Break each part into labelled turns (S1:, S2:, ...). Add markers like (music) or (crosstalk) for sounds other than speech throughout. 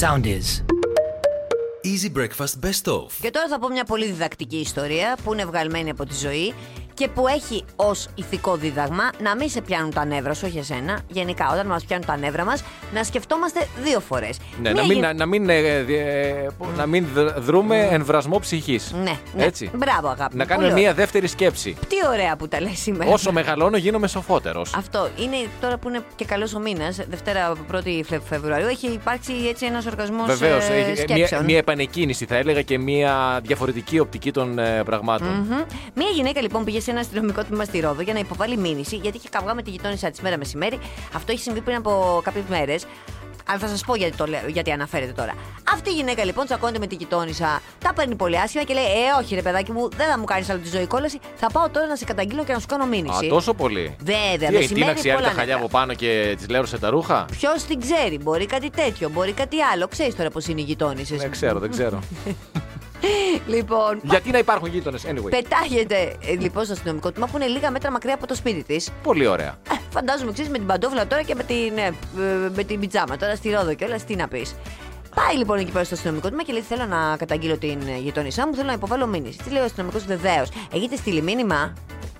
S1: Sound is.
S2: Easy Breakfast Best Of.
S3: Και τώρα θα πω μια πολύ διδακτική ιστορία που είναι βγαλμένη από τη ζωή και που έχει ως ηθικό δίδαγμα να μην σε πιάνουν τα νεύρα σου, όχι εσένα. Γενικά, όταν μας πιάνουν τα νεύρα μας, να σκεφτόμαστε δύο φορές.
S4: Ναι, να μην, να, να μην, ε, ε, πω, να μην δ- δρούμε εν βρασμό ψυχής.
S3: Ναι, ναι.
S4: Έτσι.
S3: Μπράβο, αγάπη.
S4: Να
S3: μου.
S4: κάνουμε
S3: Πολύ Ναι.
S4: μία δεύτερη σκέψη.
S3: ωραία. Τι ωραία που τα λες σήμερα.
S4: Όσο μεγαλώνω, γίνομαι σοφότερος.
S3: Αυτό είναι τώρα που είναι και καλός ο μήνας, Δευτέρα 1η Φλε- Φεβρουαρίου, έχει υπάρξει έτσι ένας οργασμό
S4: Βεβαίως.
S3: ε, σκέψεων.
S4: Μία ε, επανεκκίνηση, θα έλεγα, και μία διαφορετική οπτική των ε, πραγματων
S3: Μμμ. Μία γυναίκα λοιπόν πήγε σε ένα αστυνομικό τμήμα στη Ρόδο για να υποβάλει μήνυση, γιατί είχε καυγά με τη γειτόνισσα της μέρα μεσημέρι. Αυτό έχει συμβεί πριν από κάποιες μέρες. Αλλά θα σας πω γιατί, το λέω, γιατί αναφέρεται τώρα. Αυτή η γυναίκα λοιπόν τσακώνεται με τη γειτόνισσα, τα παίρνει πολύ άσχημα και λέει: Ε, όχι ρε παιδάκι μου, δεν θα μου κάνεις άλλο τη ζωή κόλαση. Θα πάω τώρα να σε καταγγείλω και να σου κάνω
S4: Α,
S3: μήνυση.
S4: τόσο πολύ.
S3: Βέβαια,
S4: Τι
S3: με
S4: έγινε, τι να
S3: σημαίνει
S4: ξιάρει τα
S3: πολλά
S4: χαλιά
S3: νεύρα.
S4: από πάνω και της λέρωσε τα ρούχα.
S3: Ποιος την ξέρει, μπορεί κάτι τέτοιο, μπορεί κάτι άλλο. Ξέρεις τώρα πώς είναι οι γειτόνισσες.
S4: Δεν Ναι, ξέρω, δεν
S3: (laughs)
S4: ξέρω.
S3: Λοιπόν,
S4: Γιατί να υπάρχουν γείτονες, anyway.
S3: πετάγεται ε, λοιπόν στο αστυνομικό τμήμα που είναι λίγα μέτρα μακριά από το σπίτι της.
S4: Πολύ ωραία.
S3: Ε, Φαντάζομαι, ξέρεις, με την παντόφλα τώρα και με την, ε, ε, με την πιτζάμα. Τώρα στη Ρόδο και όλα, τι να πεις. Πάει λοιπόν εκεί πέρα στο αστυνομικό τμήμα και λέει: Θέλω να καταγγείλω την ε, γειτόνισά μου, θέλω να υποβάλω μήνυση. Τι λέει ο αστυνομικός, βεβαίως. Έχετε στείλει μήνυμα.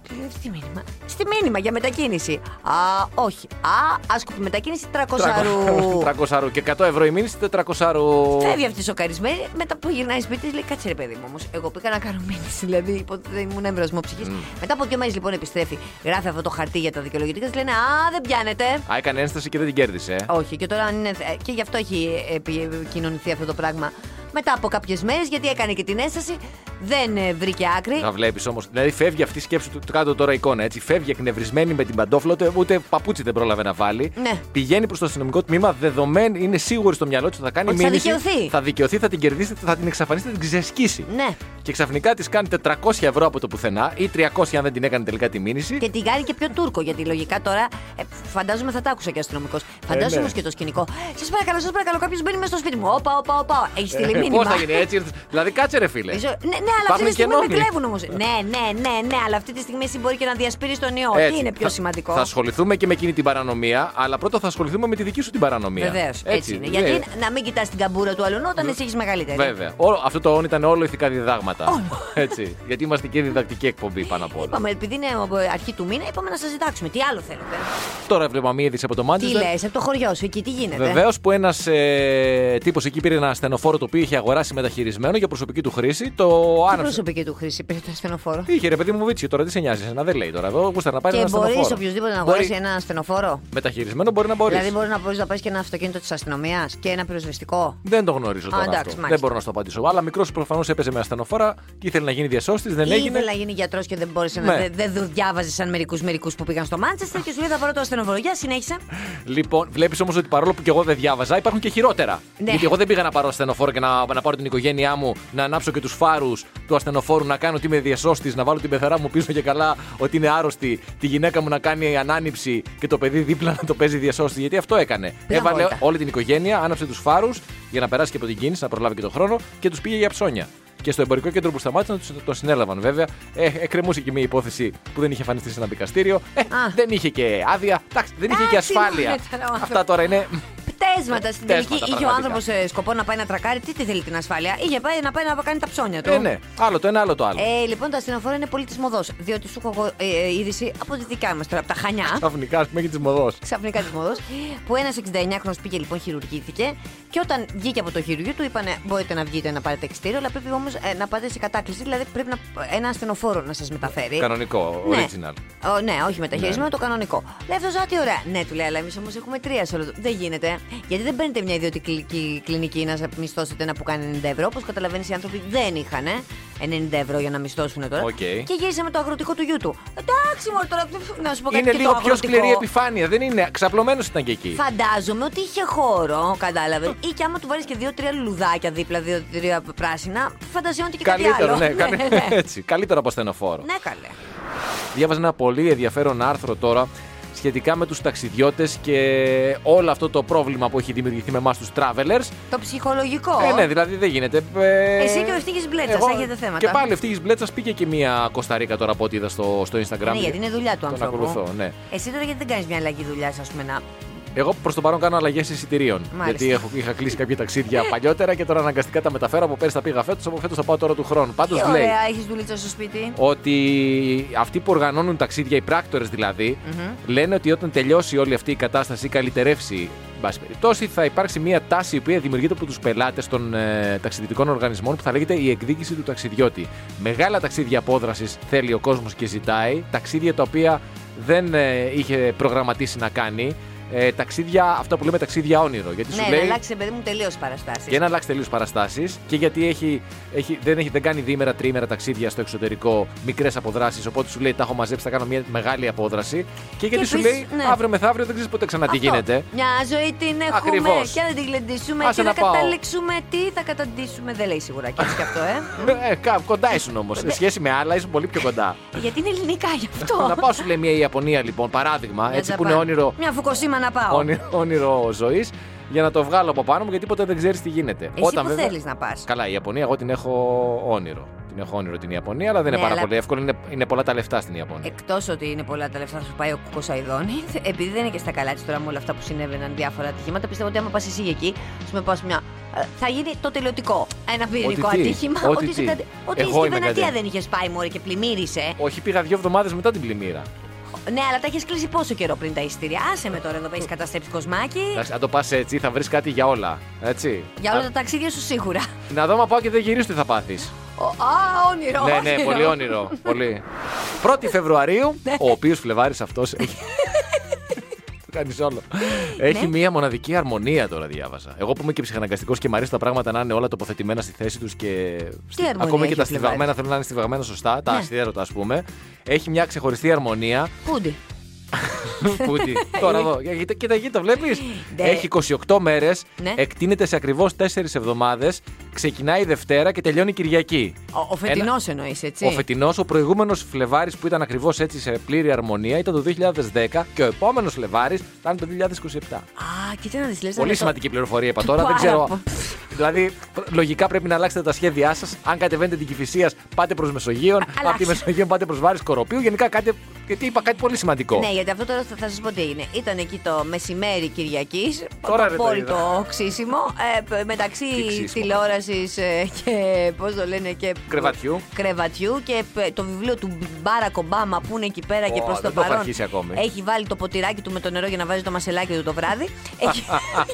S3: Του λέω, «Τι μήνυμα. Στη μήνυμα για μετακίνηση. Α, όχι. Α, άσκοπη μετακίνηση 300 ρου.
S4: (laughs) 300 και 100 ευρώ η μήνυση, 400 ρου.
S3: Φεύγει αυτή σοκαρισμένη, μετά που γυρνάει σπίτι της, λέει: Κάτσε ρε παιδί μου όμως. Εγώ πήγα να κάνω μήνυση, δηλαδή υποτίθεται δεν ήμουν έμβρασμο ψυχή. Μετά από δύο μέρες λοιπόν επιστρέφει, γράφει αυτό το χαρτί για τα δικαιολογητικά και της λένε Α, δεν πιάνετε.
S4: Α, έκανε ένσταση και δεν την κέρδισε. ε.
S3: Όχι, και τώρα αν είναι. ε, και γι' αυτό έχει επικοινωνηθεί αυτό το πράγμα. Μετά από κάποιες μέρες, γιατί έκανε και την ένσταση, δεν ε, βρήκε άκρη.
S4: Να βλέπεις όμως. Δηλαδή φεύγει αυτή η σκέψη του. του Κάτω τώρα εικόνα έτσι. Φεύγει εκνευρισμένη με την παντόφλα, ούτε, ούτε παπούτσι δεν πρόλαβε να βάλει.
S3: Ναι.
S4: Πηγαίνει προς το αστυνομικό τμήμα, δεδομένη, είναι σίγουρη στο μυαλό της ότι θα κάνει
S3: Ότι θα
S4: μήνυση.
S3: δικαιωθεί.
S4: Θα δικαιωθεί, θα την κερδίσετε, θα την εξαφανίσετε, θα την ξεσκίσει.
S3: Ναι.
S4: Και ξαφνικά της κάνει 400 ευρώ από το πουθενά ή 300 αν δεν την έκανε τελικά τη μήνυση.
S3: Και την κάνει και πιο Τούρκο, γιατί λογικά τώρα ε, φαντάζομαι θα τα άκουσα και αστυνομικό. Φαντάζομαι
S4: ναι.
S3: όμως και το σκηνικό. Σας παρακαλώ, σας παρακαλώ, κάποιος μπαίνει μέσα στο σπίτι μου. Όπα, όπα, όπα. Έχει στείλει μήνυμα.
S4: Πώς Ε, θα γίνει έτσι, ήρθες- Δηλαδή κάτσε ρε φίλε.
S3: Η ζω- Ναι, ναι, αλλά αυτή
S4: Πάμε
S3: τη
S4: και
S3: στιγμή με
S4: νόμοι.
S3: κλέβουν όμως. ναι, ναι, ναι, ναι, αλλά αυτή τη στιγμή εσύ μπορεί και να διασπείρεις τον ιό.
S4: Έτσι.
S3: Τι είναι πιο
S4: Θα-
S3: σημαντικό.
S4: Θα ασχοληθούμε και με εκείνη την παρανομία, αλλά πρώτα θα ασχοληθούμε με τη δική σου την παρανομία.
S3: Βεβαίως. Έτσι, είναι.
S4: δηλαδή,
S3: Γιατί να μην κοιτάς την καμπούρα του αλλού όταν εσύ έχεις μεγαλύτερη.
S4: Βέβαια. Όλο, αυτό το όν ήταν όλο ηθικά διδάγματα. Έτσι. Γιατί είμαστε και διδακτική εκπομπή πάνω απ' όλα.
S3: Είπαμε, επειδή είναι ε, αρχή του μήνα, είπαμε να σας ζητάξουμε. Τι άλλο θέλετε.
S4: Τώρα βλέπαμε μία είδηση από το
S3: Τι
S4: Μάντσεστερ.
S3: λες, από το χωριό σου εκεί, τι γίνεται.
S4: Βεβαίως που ένας ε, τύπος εκεί πήρε ένα ασθενοφόρο το οποίο είχε αγοράσει μεταχειρισμένο για προσωπική του χρήση. Το
S3: Τι
S4: άναψε.
S3: προσωπική του χρήση πήρε το ασθενοφόρο.
S4: Τι είχε ρε παιδί μου βίτσι τώρα, τι σε νοιάζει εσένα, δεν λέει τώρα. Εδώ γούστα να πάρει
S3: Και
S4: ένα
S3: μπορεί
S4: ασθενοφόρο.
S3: οποιοδήποτε να
S4: Μπορεί-
S3: αγοράσει ένα ασθενοφόρο.
S4: Μεταχειρισμένο μπορεί να μπορείς.
S3: Δηλαδή μπορείς να μπορείς να πάρει και ένα αυτοκίνητο της αστυνομίας και ένα πυροσβεστικό.
S4: Δεν το γνωρίζω τώρα.
S3: εντάξει,
S4: αυτό.
S3: μάλιστα.
S4: Δεν μπορώ να σου το απαντήσω. Αλλά μικρός προφανώς έπαιζε με ασθενοφόρα και ήθελε να γίνει διασώστης, δεν
S3: Ή
S4: έγινε.
S3: ήθελε να γίνει γιατρός και δεν μπόρεσε να.
S4: Ναι.
S3: Δεν δε διάβαζες σαν μερικούς μερικούς που πήγαν στο Μάντσεστερ και σου λέει θα πάρω το ασθενοφόρο. Για συνέχισε.
S4: Λοιπόν, βλέπεις όμως ότι παρόλο που και εγώ δεν διάβαζα, υπάρχουν και χειρότερα.
S3: Ναι.
S4: Γιατί εγώ δεν πήγα να πάρω ασθενοφόρο και να, να πάρω την οικογένειά μου, να ανάψω και τους φάρους του ασθενοφόρου, να κάνω ότι είμαι διασώστης, να βάλω την πεθερά μου πίσω και καλά ότι είναι άρρωστη, τη γυναίκα μου να κάνει ανάνυψη και το παιδί δίπλα να το παίζει διασώστη. Γιατί αυτό έκανε.
S3: Πήγα
S4: Έβαλε
S3: βόλτα.
S4: όλη την οικογένεια, άναψε τους φάρους για να περάσει και από την κίνηση, να προλάβει και τον χρόνο και τους πήγε για ψώνια. Και στο εμπορικό κέντρο που σταμάτησαν, τους- τον συνέλαβαν βέβαια. Ε, εκκρεμούσε και μια υπόθεση που δεν είχε εμφανιστεί σε ένα δικαστήριο. Ε, δεν είχε και άδεια. Εντάξει, δεν είχε και
S3: Εντάξει,
S4: ασφάλεια.
S3: μωρέ, τώρα ο άνθρωπος.
S4: Αυτά τώρα είναι.
S3: Πτέσματα στην τελική.
S4: Πτέσματα,
S3: Είχε ο
S4: πραγματικά.
S3: άνθρωπος σκοπό να πάει να τρακάρει. Τι, τι θέλει την ασφάλεια. Είχε πάει να πάει να κάνει τα ψώνια του.
S4: Ε, ναι. Άλλο το ένα, άλλο το άλλο.
S3: Ε, λοιπόν, το ασθενοφόρο είναι πολιτισμοδό. Διότι σου έχω εγώ, ε, ε, είδηση από τη δικιά μας τώρα, από τα χανιά.
S4: Ξαφνικά, ας πούμε, έχει τη μοδό.
S3: Ξαφνικά τη μοδό. Που ένας 69χρονο πήγε λοιπόν, χειρουργήθηκε. Και όταν βγήκε από το χειρουργείο του, είπανε: Μπορείτε να βγείτε να πάρετε εξτήριο, αλλά πρέπει όμως να πάτε σε κατάκληση. Δηλαδή πρέπει να, ένα ασθενοφόρο να σας μεταφέρει.
S4: Κανονικό, original.
S3: Ε, Ναι, Ο, ναι όχι μεταχειρισμένο, το κανονικό. Λέει αυτός, τι ωραία. Ναι, του λέει, αλλά εμείς όμως έχουμε τρία σε όλο το. Δεν γίνεται. Γιατί δεν παίρνετε μια ιδιωτική κλινική να σας μισθώσετε ένα που κάνει 90 ευρώ. Όπως καταλαβαίνεις, οι άνθρωποι δεν είχαν 90 ευρώ για να μισθώσουν τώρα.
S4: Οκ.
S3: Και γύρισε με το αγροτικό του γιού του. Εντάξει, μωρέ, τώρα πφ, να σου πω κάτι
S4: Είναι
S3: και το
S4: λίγο πιο
S3: αγροτικό.
S4: σκληρή επιφάνεια. Δεν είναι. Ξαπλωμένος ήταν και εκεί.
S3: Φαντάζομαι ότι είχε χώρο, κατάλαβες. Ή και άμα του βάλει και δύο-τρία λουλουδάκια δίπλα, δύο-τρία πράσινα, φανταζιώνεται και κάτι
S4: Καλύτερο,
S3: άλλο.
S4: ναι, καλύ-
S3: ναι, ναι.
S4: (laughs) έτσι. Καλύτερο από ασθενοφόρο.
S3: Ναι, καλέ.
S4: Διάβαζα ένα πολύ ενδιαφέρον άρθρο τώρα σχετικά με τους ταξιδιώτες και όλο αυτό το πρόβλημα που έχει δημιουργηθεί με εμάς τους travelers.
S3: Το ψυχολογικό.
S4: Ε, ναι, δηλαδή δεν γίνεται. Ε,
S3: Εσύ και ο Ευτύχης Μπλέτσας,
S4: εγώ-
S3: έχετε θέματα.
S4: Και πάλι ο Ευτύχη Μπλέτσας πήγε και μία Κωνσταντίνα τώρα από ό,τι είδα στο, στο Instagram.
S3: Ναι, γιατί είναι δουλειά του
S4: Τον
S3: ανθρώπου.
S4: ακολουθώ, ναι.
S3: Εσύ τώρα γιατί δεν κάνεις μια αλλαγή δουλειάς, ας πούμε, να
S4: Εγώ προς το παρόν κάνω αλλαγές εισιτηρίων.
S3: Μάλιστα.
S4: Γιατί έχω, είχα κλείσει κάποια ταξίδια παλιότερα και τώρα αναγκαστικά τα μεταφέρω από πέρσι τα πήγα φέτος, από φέτος θα πάω τώρα του χρόνου. Πάντως
S3: Ε,
S1: Τι
S4: λέει
S1: ωραία έχεις δουλίτσα στο σπίτι.
S4: ότι αυτοί που οργανώνουν ταξίδια, οι πράκτορες λένε ότι όταν τελειώσει όλη αυτή η κατάσταση ή καλυτερεύσει, εν πάση περιπτώσει, θα υπάρξει μια τάση η οποία δημιουργείται από τους πελάτες των ε, ταξιδιωτικών οργανισμών που θα λέγεται η εκδίκηση του ταξιδιώτη. Μεγάλα ταξίδια απόδρασης θέλει ο κόσμος και ζητάει, ταξίδια τα οποία δεν ε, είχε προγραμματίσει να κάνει. Ε, ταξίδια, αυτά που λέμε ταξίδια όνειρο. Γιατί
S3: Ναι,
S4: σου
S3: να
S4: λέει,
S3: αλλάξει παιδί μου τελείως παραστάσεις.
S4: και να αλλάξει τελείως παραστάσεις και γιατί έχει, έχει, δεν, έχει, δεν κάνει διήμερα, τριήμερα ταξίδια στο εξωτερικό, μικρές αποδράσεις. Οπότε σου λέει: Τα έχω μαζέψει, θα κάνω μια μεγάλη απόδραση. Και γιατί σου
S3: επίσης,
S4: λέει:
S3: ναι.
S4: Αύριο μεθαύριο δεν ξέρεις ποτέ ξανά τι γίνεται.
S3: Μια ζωή την έχουμε
S4: Ακριβώς.
S3: και αν δεν την γλεντήσουμε
S4: Άσε
S3: και
S4: να
S3: θα
S4: πάω.
S3: καταλήξουμε. Τι θα καταντήσουμε, δεν λέει σίγουρα και έτσι κι αυτό,
S4: (laughs)
S3: ε.
S4: Ε, κα- κοντά ήσουν όμως. Σε σχέση με άλλα, ήσουν πολύ πιο κοντά.
S1: Γιατί είναι ελληνικά γι'
S4: να
S1: αυτό.
S4: πάω, σου λέει μια Ιαπωνία λοιπόν, παράδειγμα,
S3: Μια
S4: έτσι που
S3: Japan.
S4: είναι όνειρο,
S3: Μια φουκοσίμα να πάω.
S4: όνειρο, ζωής, για να το βγάλω από πάνω μου γιατί ποτέ δεν ξέρεις τι γίνεται.
S3: Εσύ που θέλεις να πας.
S4: Καλά, η Ιαπωνία, εγώ την έχω όνειρο. Την έχω όνειρο την Ιαπωνία, αλλά δεν
S3: Ναι,
S4: είναι πάρα
S3: αλλά-
S4: πολύ εύκολο. Είναι, είναι πολλά τα λεφτά στην Ιαπωνία.
S3: Εκτός ότι είναι πολλά τα λεφτά που σου πάει ο Κοκοσαϊδόνη, (laughs) επειδή δεν είναι και στα καλά της τώρα με όλα αυτά που συνέβαιναν, διάφορα ατυχήματα, πιστεύω ότι άμα πας εσύ εκεί, ας πούμε, πας μια. ε, Θα γίνει το τελειωτικό. Ένα πυρηνικό
S4: τι,
S3: ατύχημα.
S4: ό,τι
S3: σε
S4: τι.
S3: κάτι- Ότι
S4: Εγώ
S3: εσύ στην
S4: είμαι
S3: Βενετία
S4: κάτι.
S3: δεν είχες πάει μόλι και πλημμύρισε.
S4: Όχι, πήγα δύο εβδομάδες μετά την πλημμύρα.
S3: Ναι, αλλά τα έχεις κλείσει πόσο καιρό πριν τα ειστήρια. Άσε με τώρα εδώ που έχεις καταστρέψει κοσμάκι.
S4: Εντάξει, αν το πας έτσι, θα βρεις κάτι για όλα. Έτσι.
S3: Για όλα
S4: Α,
S3: τα ταξίδια σου σίγουρα.
S4: Να δω, μα πάω και δεν γυρίσω, τι θα πάθεις.
S3: (laughs) Ο- Α, όνειρο. Ναι.
S4: ναι, ναι, πολύ όνειρο. πολύ. 1η
S3: (laughs)
S4: Φεβρουαρίου, ο οποίος Φλεβάρης αυτός έχει. Το κάνεις όλο. Έχει
S3: Ναι.
S4: μία μοναδική αρμονία τώρα, διάβασα. Εγώ που είμαι και ψυχαναγκαστικός και μου αρέσει τα πράγματα να είναι όλα τοποθετημένα στη θέση τους και. στη-
S3: αρμονία
S4: Ακόμα
S3: έχει
S4: και τα
S3: ο Φλεβάρης?
S4: στιβαγμένα θέλω να είναι στιβαγμένα σωστά, τα
S3: Ναι.
S4: ασυδέρωτα ας πούμε. Έχει μια ξεχωριστή αρμονία
S3: Πούντι.
S4: Πούτι. Τώρα εδώ. Κοίτα, κοίτα, κοίτα βλέπεις.
S3: Ναι.
S4: Έχει 28 μέρες.
S3: Ναι.
S4: Εκτείνεται σε ακριβώς 4 εβδομάδες. Ξεκινάει Δευτέρα και τελειώνει Κυριακή.
S3: Ο, ο φετινός εννοείς, έτσι.
S4: Ο φετινός, ο προηγούμενος Φλεβάρης που ήταν ακριβώς έτσι σε πλήρη αρμονία ήταν το 2010 και ο επόμενος Φλεβάρης θα είναι το 2027.
S3: Α, κοίτα να δεις.
S4: Πολύ σημαντική πληροφορία είπα τώρα. Δεν
S3: Πάρα
S4: ξέρω.
S3: πο-
S4: Δηλαδή, λογικά πρέπει να αλλάξετε τα σχέδιά σας. Αν κατεβαίνετε την Κυφυσίας, πάτε προς Μεσογείων. Από τη
S3: αλλάξτε.
S4: Μεσογείο πάτε προς Βάρης Κοροπίου. Γενικά, κάτι, γιατί είπα κάτι πολύ σημαντικό.
S3: Ναι, γιατί αυτό τώρα θα, θα σας πω τι έγινε. Ήταν εκεί το μεσημέρι Κυριακής.
S4: Τώρα
S3: Το
S4: ρε το
S3: απόλυτο ξύσιμο. ε, π- μεταξύ
S4: Τι ξύσιμο.
S3: τηλεόραση και. Πώς το λένε και.
S4: Κρεβατιού.
S3: Κρεβατιού και π- το βιβλίο του Μπάρακ Ομπάμα που είναι εκεί πέρα και
S4: Ω,
S3: προς το
S4: δεν το έχω
S3: παρόν.
S4: αρχίσει ακόμη.
S3: Έχει βάλει το ποτηράκι του με το νερό για να βάζει το μασελάκι του το βράδυ.
S4: (laughs)
S3: Έχει-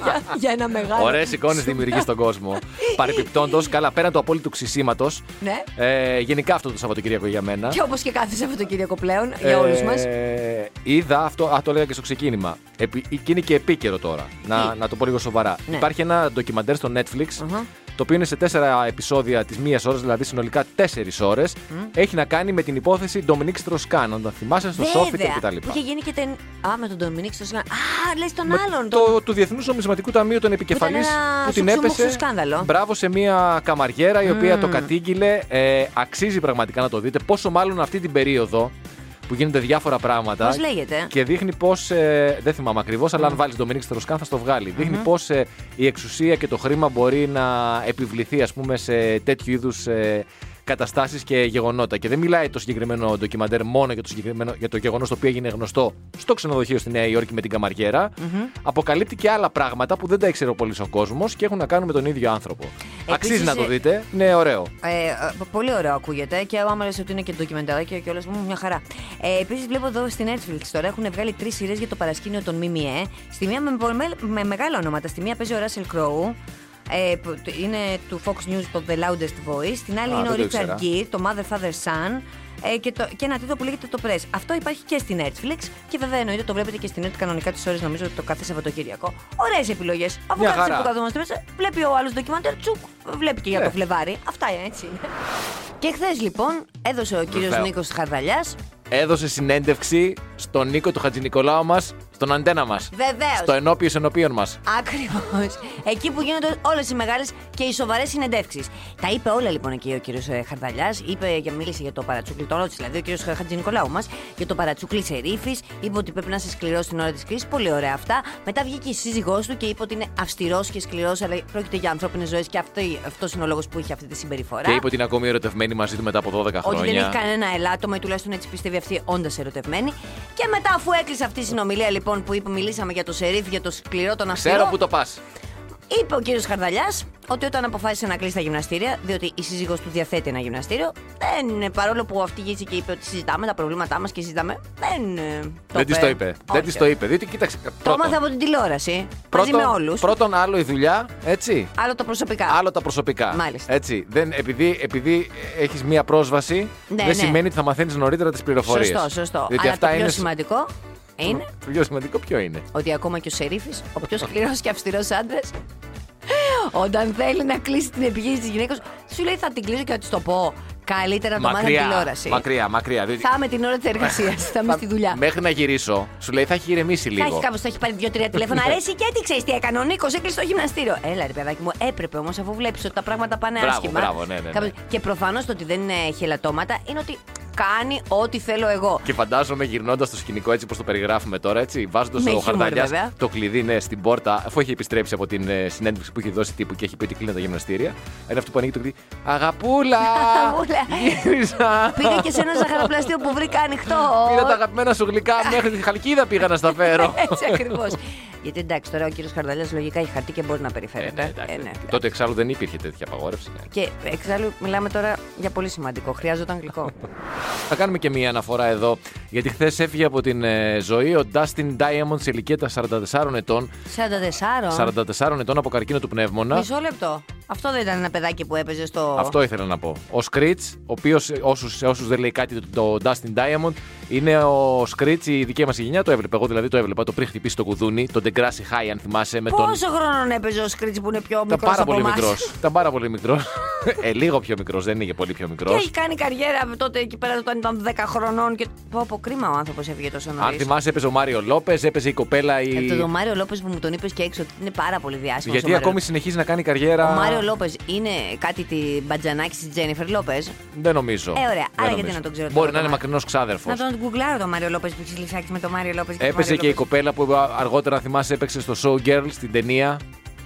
S3: για, για ένα μεγάλο.
S4: Ωραίε εικόνες δημιουργείς στον
S3: (laughs)
S4: κόσμο. Παρεπιπτόντως, καλά, πέραν του απόλυτου ξυσήματο.
S3: Ναι.
S4: Ε, γενικά αυτό το Σαββατοκύριακο για μένα.
S3: Και όπως και κάθε Σαββατοκύριακο πλέον, για όλους μας.
S4: Ε, είδα αυτό, α, το έλεγα και στο ξεκίνημα. Επί, και είναι και επίκαιρο τώρα. Να, να το πω λίγο σοβαρά.
S3: Ναι.
S4: Υπάρχει ένα ντοκιμαντέρ στο Netflix.
S3: Αχα.
S4: Το οποίο είναι σε τέσσερα επεισόδια της μίας ώρας, δηλαδή συνολικά τέσσερις ώρες. Έχει να κάνει με την υπόθεση Ντομινίκ Στροσκάν. Αν τα θυμάσαι στο Σόφιτερ
S3: Βέβαια,
S4: κτλ.
S3: που είχε γίνει και τεν... Α, με τον Ντομινίκ στο Σλάν. Α, λες τον
S4: Με
S3: άλλον. τον-
S4: Το, του Διεθνούς Νομισματικού Ταμείου, τον επικεφαλής
S3: ήταν ένα
S4: που την
S3: σουξουμούξου
S4: έπεσε.
S3: σκάνδαλο.
S4: Μπράβο σε μια καμαριέρα η οποία το κατήγγειλε. Ε, αξίζει πραγματικά να το δείτε. Πόσο μάλλον αυτή την περίοδο που γίνονται διάφορα πράγματα.
S3: Πώς λέγεται?
S4: Και δείχνει πώς. δεν θυμάμαι ακριβώς, αλλά αν βάλεις Ντομινίκ Στροσκάν θα στο βγαλει Δείχνει πώ η εξουσία και το χρήμα μπορεί να επιβληθεί, ας πούμε, σε τέτοιου είδους καταστάσεις και γεγονότα. Και δεν μιλάει το συγκεκριμένο ντοκιμαντέρ μόνο για το, συγκεκριμένο, για το γεγονός το οποίο έγινε γνωστό στο ξενοδοχείο στη Νέα Υόρκη με την καμαριερα Αποκαλύπτει και άλλα πράγματα που δεν τα ήξερε ο πολύς ο κόσμος και έχουν να κάνουν με τον ίδιο άνθρωπο. Αξίζει να το
S3: ε,
S4: δείτε. Ναι, ωραίο.
S3: Ε, ε, πολύ ωραίο ακούγεται και άμα λες ότι είναι και ντοκιμενταράκι και όλα μια χαρά. Ε, Επίσης, βλέπω εδώ στην Netflix τώρα έχουν βγάλει τρεις σειρές για το παρασκήνιο των ΜΜΕ. Στη μία με, με- με μεγάλα ονόματα. Στη μία παίζει ο Russell Crowe. Ε, που- το- είναι του Fox News το The Loudest Voice. Στην άλλη
S4: Α,
S3: είναι ο
S4: δεν το
S3: Richard
S4: ήξερα.
S3: Gere, το Mother Father Son. Ε, και, το, και ένα τίτλο που λέγεται Το Press. Αυτό υπάρχει και στην Netflix και βέβαια εννοείται το βλέπετε και στην Netflix κανονικά τις ώρες, νομίζω, το κάθε Σαββατοκύριακο. Ωραίες επιλογές. Αφού
S4: Μια
S3: κάθεσαι
S4: χαρά.
S3: που καθόμαστε μέσα, βλέπει ο άλλος ντοκιμαντέρ, τσουκ, βλέπει και για
S4: Ναι.
S3: το Φλεβάρι. Αυτά είναι,
S4: (laughs)
S3: έτσι είναι. Και χθες λοιπόν έδωσε ο κύριος
S4: Βεβαίως.
S3: Νίκος Χαρδαλιάς.
S4: Έδωσε συνέντευξη στον Νίκο του Χατζηνικολάου μας, στον αντένα μας.
S3: Βεβαίως.
S4: Στο ενώπιο ενωπίων μας.
S3: Ακριβώς. Εκεί που γίνονται όλες οι μεγάλες και οι σοβαρές συνεντεύξεις. Τα είπε όλα λοιπόν εκεί ο κύριος Χαρδαλιάς. Είπε και μίλησε για το παρατσούκλι. Το ρώτησε δηλαδή ο κύριος Χατζηνικολάου μας για το παρατσούκλι σε ρήφη. Είπε ότι πρέπει να είσαι σκληρό στην ώρα της κρίσης. Πολύ ωραία αυτά. Μετά βγήκε η σύζυγός του και είπε ότι είναι αυστηρός και σκληρός, αλλά πρόκειται για ανθρώπινες ζωές και αυτός είναι ο λόγος που είχε αυτή τη συμπεριφορά.
S4: Και είπε ότι είναι ακόμη ερωτευμένη μαζί του μετά από 12 χρόνια.
S3: Ότι δεν έχει κανένα ελάττωμα ή τουλάχιστον έτσι πιστεύει αυτή, όντας ερωτευμένη. Και μετά, αφού έκλεισε αυτή η συνομιλία, λοιπόν που είπε, μιλήσαμε για το σερίφ, για το σκληρό, τον αυστηρό.
S4: Ξέρω που το πας.
S3: Είπε ο κύριος Χαρδαλιάς ότι όταν αποφάσισε να κλείσει τα γυμναστήρια, διότι η σύζυγος του διαθέτει ένα γυμναστήριο, δεν, είναι- παρόλο που αυτή γύρισε και είπε ότι συζητάμε τα προβλήματά μας και συζητάμε, δεν. ε,
S4: Δεν της το είπε. Δεν
S3: Όχι.
S4: της το είπε. Διότι κοίταξε.
S3: Το
S4: πρώτον-
S3: έμαθα από την τηλεόραση. μαζί με
S4: πρώτον-
S3: όλους.
S4: Πρώτον, άλλο η δουλειά, έτσι.
S3: Άλλο τα προσωπικά.
S4: Άλλο τα προσωπικά.
S3: Μάλιστα.
S4: Έτσι. Δεν, επειδή επειδή έχεις μία πρόσβαση,
S3: Ναι,
S4: δεν
S3: ναι.
S4: σημαίνει ότι θα μαθαίνεις νωρίτερα τις πληροφορίες.
S3: Σωστό, σωστό.
S4: Διότι
S3: Αλλά
S4: αυτά
S3: το πιο
S4: είναι.
S3: σημαντικό είναι
S4: Το πιο σημαντικό ποιο είναι.
S3: ότι ακόμα και ο Σερίφης, ο πιο σκληρός και αυστηρός άντρας, όταν θέλει να κλείσει την επιχείρηση της γυναίκας, σου λέει θα την κλείσω και θα της το πω. Καλύτερα να το μάθω από την τηλεόραση.
S4: μακριά, μακριά. Διότι
S3: Θα είμαι την ώρα της εργασίας, θα είμαι στη δουλειά.
S4: Μέχρι να γυρίσω, σου λέει θα έχει ηρεμήσει
S3: Θα
S4: λίγο. Ναι.
S3: έχει κάπως, θα έχει πάρει δύο-τρία τηλέφωνα. Αρέσει και τι ξέρεις τι έκανε. Ο Νίκος έκλεισε το γυμναστήριο. Έλα, ρε παιδάκι μου, έπρεπε όμως αφού βλέπεις ότι τα πράγματα πάνε
S4: Μπράβο,
S3: άσχημα.
S4: μπράβο, ναι, ναι, ναι.
S3: κάπως- Και προφανώς το ότι δεν είναι χελατώματα είναι ότι κάνει ό,τι θέλω εγώ. (laughs)
S4: Και φαντάζομαι γυρνώντας το σκηνικό έτσι όπως το περιγράφουμε τώρα, έτσι,
S3: Με
S4: βάζοντα ο
S3: χιούμορ,
S4: Χαρδαλιά
S3: βέβαια.
S4: το κλειδί ναι, στην πόρτα, αφού έχει επιστρέψει από την ε, συνέντευξη που έχει δώσει τύπου και έχει πει ότι κλείνει τα γυμναστήρια. Είναι αυτό που ανοίγει το κλειδί. Αγαπούλα!
S3: Αγαπούλα.
S4: Γύρισα!
S3: Πήγα και σε ένα ζαχαροπλαστείο που βρήκα ανοιχτό.
S4: Πήρα τα αγαπημένα σου γλυκά μέχρι τη χαλκίδα πήγα να στα φέρω.
S3: (laughs) Έτσι ακριβώς. Γιατί εντάξει, τώρα ο κύριος Χαρδαλιάς λογικά έχει χαρτί και μπορεί να
S4: Ε,
S3: περιφέρεται.
S4: ναι, εντάξει.
S3: Ε, ναι.
S4: Τότε εξάλλου δεν υπήρχε τέτοια απαγόρευση. ναι.
S3: Και εξάλλου μιλάμε τώρα για πολύ σημαντικό. Χρειάζονταν
S4: (laughs)
S3: γλυκό.
S4: Θα κάνουμε και μία αναφορά εδώ, γιατί χθες έφυγε από την ε, ζωή ο Dustin Diamond σε ηλικία τα 44 ετών.
S3: 44.
S4: 44 ετών από καρκίνο του πνεύμονα.
S3: Μισό λεπτό. Αυτό δεν ήταν ένα παιδάκι που έπαιζε στο.
S4: Αυτό ήθελα να πω. Ο Σκρίτ, ο οποίος όσους, σε όσους δεν λέει κάτι το, το Dustin Diamond, είναι ο Σκρίτ, η δική μας γενιά. Το έβλεπα. Εγώ δηλαδή το έβλεπα το πριν χτυπήσει το κουδούνι, τον Degrassi High, αν θυμάσαι. Με τον...
S3: Πόσο χρόνο έπαιζε ο Σκρίτ που είναι πιο
S4: Ήταν
S3: μικρός
S4: πάρα
S3: από
S4: πολύ
S3: εμάς?
S4: μικρός. Ήταν πάρα πολύ μικρός. (laughs) ε, λίγο πιο μικρός, δεν είναι και πολύ πιο
S3: Και
S4: μικρός.
S3: έχει κάνει καριέρα από τότε εκεί πέρα όταν ήταν 10 χρονών. Και... Πω, πω κρίμα ο άνθρωπος έφυγε τόσο
S4: Αν
S3: νωρίς.
S4: θυμάσαι, έπαιζε ο Μάριο Λόπες, έπαιζε η κοπέλα. Η...
S3: Από το Μάριο Λόπες που μου τον είπες και έξω ότι είναι πάρα πολύ διάσημος.
S4: Γιατί ακόμη συνεχίζει να κάνει καριέρα.
S3: Ο Μάριο Λόπες είναι κάτι τη μπατζανάκη της Τζένιφερ Λόπες.
S4: Δεν νομίζω.
S3: Ε, ωραία.
S4: Δεν
S3: Άρα γιατί να τον ξέρω
S4: Μπορεί
S3: τώρα
S4: να είναι
S3: το Μάριο.
S4: μακρινός ξάδερφος.
S3: Να τον γκουγκλάρω τον Μάριο Λόπες που έχει λυσάξει με τον Μάριο Λόπες.
S4: Έπεσε και η κοπέλα που αργότερα θυμάσαι έπαιξε στο Show Girl στην ταινία.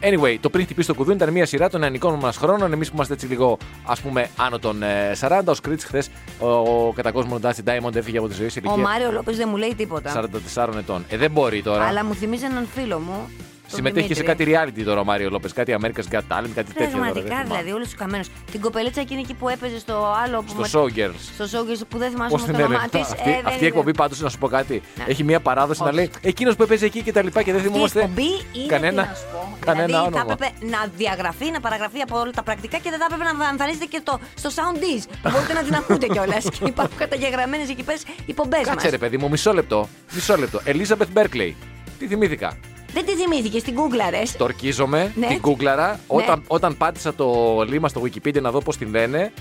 S4: Anyway, το πριν χτυπήσει το κουδούνι ήταν μια σειρά των νεανικών μας χρόνων. Εμείς που είμαστε έτσι λίγο, ας πούμε, άνω των ε, 40. Ο Σκρίτ χθες, ο, ο κατά κόσμο Ντάστι Diamond έφυγε από τη ζωή σε
S3: Ο
S4: ηλικία
S3: Μάριο Λόπες δεν μου λέει τίποτα.
S4: 44 ετών. Ε, δεν μπορεί τώρα.
S3: Αλλά μου θυμίζει έναν φίλο μου. τον
S4: Συμμετέχει και σε κάτι
S3: Δημήτρη.
S4: reality τώρα ο Μάριο Λόπες, κάτι America's Got Talent, κάτι τέτοιο. τώρα, δεν
S3: Πραγματικά
S4: θυμάμαι.
S3: δηλαδή, όλου του καμένου. Την κοπελίτσα εκείνη εκεί που έπαιζε στο άλλο. Που μας-
S4: Στο Show Girls.
S3: Στο Showgirls που δεν θυμάσαι
S4: Πώ
S3: όμω το Ε,
S4: την
S3: όνομά
S4: έλεγε.
S3: της.
S4: αυτή, αυτή η εκπομπή πάντως, να σου πω κάτι.
S3: Ναι.
S4: Έχει μια παράδοση να
S3: Όχι.
S4: λέει εκείνος που έπαιζε εκεί και τα λοιπά και δεν
S3: Αυτή η
S4: θυμόμαστε.
S3: εκπομπή είναι
S4: ε, κανένα-
S3: τι να σου πω.
S4: κανένα
S3: δηλαδή,
S4: όνομα.
S3: θα έπρεπε να διαγραφεί, να παραγραφεί από όλα τα πρακτικά και δεν θα έπρεπε να εμφανίζεται και το, στο sound dish. που Μπορείτε να την ακούτε κιόλας.
S4: (laughs)
S3: και υπάρχουν καταγεγραμμένες εκεί πέρα υπομπέ μα.
S4: Κάτσε ρε παιδί μου, μισό λεπτό. Μισό λεπτό. Elizabeth Berkeley. Τι θυμήθηκα.
S3: Δεν τη θυμήθηκε, την κούγκλαρε.
S4: Το ορκίζομαι,
S3: Ναι.
S4: την κούκλαρα. Όταν, όταν πάτησα το λίμα στο Wikipedia να δω πώς την λένε,